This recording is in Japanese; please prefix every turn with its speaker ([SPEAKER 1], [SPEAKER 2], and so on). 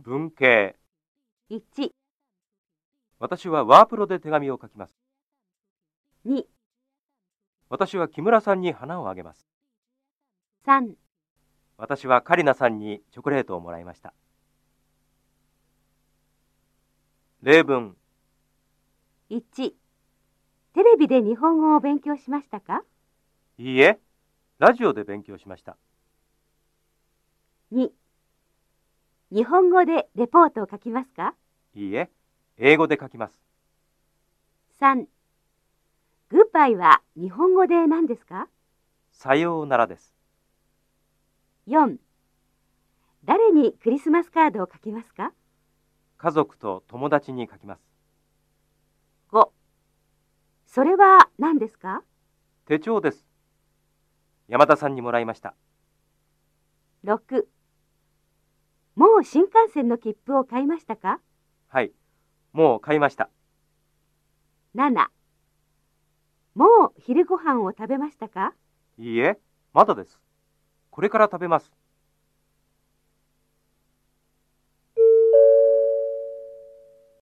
[SPEAKER 1] 文系。
[SPEAKER 2] 1、
[SPEAKER 1] 私はワープロで手紙を書きます。
[SPEAKER 2] 2、
[SPEAKER 1] 私は木村さんに花をあげます。
[SPEAKER 2] 3。
[SPEAKER 1] 私はカリナさんにチョコレートをもらいました。例文、
[SPEAKER 2] 1テレビで日本語を勉強しましたか
[SPEAKER 1] いいえ、ラジオで勉強しました。
[SPEAKER 2] 2日本語でレポートを書きますか
[SPEAKER 1] いいえ、英語で書きます。
[SPEAKER 2] 3グッバイは日本語で何ですか
[SPEAKER 1] さようならです。
[SPEAKER 2] 4誰にクリスマスカードを書きますか
[SPEAKER 1] 家族と友達に書きます。
[SPEAKER 2] 5それは何ですか
[SPEAKER 1] 手帳です。山田さんにもらいました。
[SPEAKER 2] 6もう新幹線の切符を買いましたか
[SPEAKER 1] はい、もう買いました。
[SPEAKER 2] 7もう昼ご飯を食べましたか
[SPEAKER 1] いいえ、まだです。これから食べます。